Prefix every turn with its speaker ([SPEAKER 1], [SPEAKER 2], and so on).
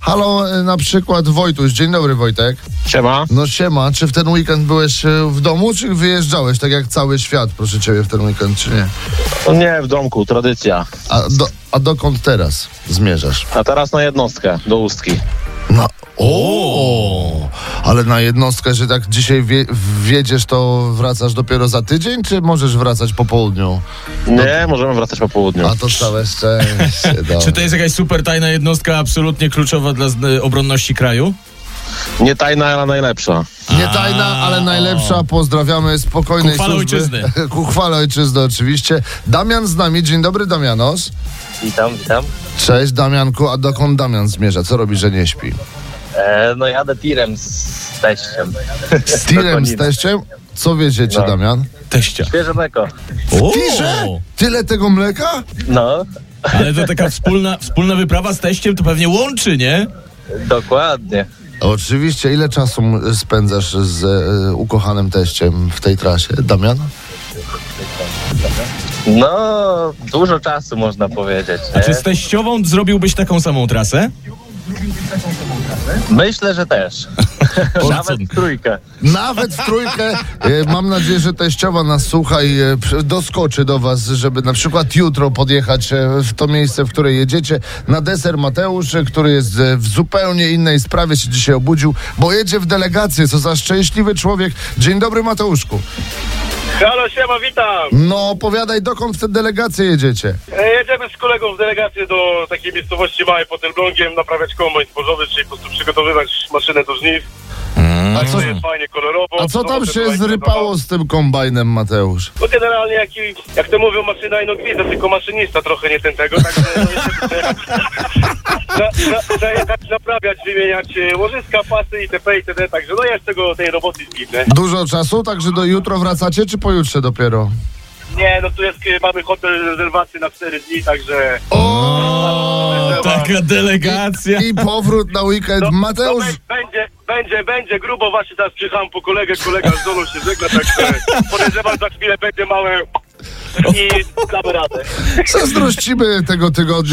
[SPEAKER 1] Halo, y, na przykład Wojtuś. Dzień dobry, Wojtek.
[SPEAKER 2] Siema.
[SPEAKER 1] No siema, czy w ten weekend byłeś y, w domu, czy wyjeżdżałeś, tak jak cały świat, proszę ciebie, w ten weekend, czy nie?
[SPEAKER 2] No Nie, w domku, tradycja.
[SPEAKER 1] A, do, a dokąd teraz zmierzasz?
[SPEAKER 2] A teraz na jednostkę, do Ustki.
[SPEAKER 1] No, o, ale na jednostkę, że tak dzisiaj wie, wiedziesz, to wracasz dopiero za tydzień, czy możesz wracać po południu?
[SPEAKER 2] Nie, możemy wracać po południu.
[SPEAKER 1] A to całe szczęście,
[SPEAKER 3] Czy
[SPEAKER 1] dobra.
[SPEAKER 3] to jest jakaś super tajna jednostka, absolutnie kluczowa dla z- obronności kraju?
[SPEAKER 2] Nie tajna, ale najlepsza.
[SPEAKER 1] Nie tajna, ale najlepsza. Pozdrawiamy spokojnej
[SPEAKER 3] Ku chwale
[SPEAKER 1] służby.
[SPEAKER 3] ojczyzny.
[SPEAKER 1] Ku chwale ojczyzny oczywiście. Damian z nami. Dzień dobry, Damianos.
[SPEAKER 4] Witam, witam.
[SPEAKER 1] Cześć, Damianku. A dokąd Damian zmierza? Co robi, że nie śpi?
[SPEAKER 4] E, no jadę tirem z teściem.
[SPEAKER 1] Z tirem, z
[SPEAKER 4] Konina.
[SPEAKER 1] teściem? Co wieziecie,
[SPEAKER 4] No.
[SPEAKER 1] Damian?
[SPEAKER 3] Teścia.
[SPEAKER 4] Świeże mleko.
[SPEAKER 3] O,
[SPEAKER 1] Tirze? Tyle tego mleka?
[SPEAKER 4] No,
[SPEAKER 3] Ale to taka wspólna, wspólna wyprawa z teściem to pewnie łączy, nie?
[SPEAKER 4] dokładnie.
[SPEAKER 1] Oczywiście. Ile czasu m- spędzasz z e, ukochanym teściem w tej trasie, Damian?
[SPEAKER 4] No, dużo czasu można powiedzieć.
[SPEAKER 3] A
[SPEAKER 4] Nie?
[SPEAKER 3] czy z teściową zrobiłbyś taką samą trasę?
[SPEAKER 4] Myślę, że też. Nawet
[SPEAKER 3] Szacun.
[SPEAKER 4] trójkę.
[SPEAKER 1] Nawet w trójkę. E, Mam nadzieję, że teściowa nas słucha i e, przy- doskoczy do was, żeby na przykład jutro podjechać e, w to miejsce, w które jedziecie. Na deser Mateusz, e, który jest e, w zupełnie innej sprawie, się dzisiaj obudził, bo jedzie w delegację. Co za szczęśliwy człowiek. Dzień dobry, Mateuszku.
[SPEAKER 5] Halo, siema, witam.
[SPEAKER 1] No, opowiadaj, dokąd w tę delegację jedziecie?
[SPEAKER 5] E, Jedziemy z kolegą w delegację do takiej miejscowości małej pod Elblągiem naprawiać kombajn zbożowy, czyli po prostu przygotowywać maszynę do żniw.
[SPEAKER 1] A co,
[SPEAKER 5] To jest fajnie kolorowo.
[SPEAKER 1] Mhm. a co tam
[SPEAKER 5] Zobaczę,
[SPEAKER 1] się
[SPEAKER 5] fajnie,
[SPEAKER 1] zrypało z tym kombajnem, Mateusz?
[SPEAKER 5] No generalnie, jak, jak to mówią, maszyna i nogwiza, tylko maszynista trochę nie ten tego, także no, niestety trzeba- trzeba- trzeba jechać naprawiać, wymieniać e, łożyska, pasy itp. itd. Także no ja z tego tej roboty zginę.
[SPEAKER 1] Dużo czasu, także do jutro wracacie, czy pojutrze dopiero?
[SPEAKER 5] Nie, no tu jest, e, mamy hotel rezerwacji na 4 dni, także...
[SPEAKER 3] O,
[SPEAKER 1] tak.
[SPEAKER 3] taka delegacja.
[SPEAKER 1] I powrót na weekend. Mateusz,
[SPEAKER 5] No, bę- będzie, będzie, będzie grubo właśnie teraz przyjechałem po kolegę, kolega z domu się żegna, także podejrzewam za chwilę będzie małe i damy radę.
[SPEAKER 1] Zazdrościmy tego tygodnia.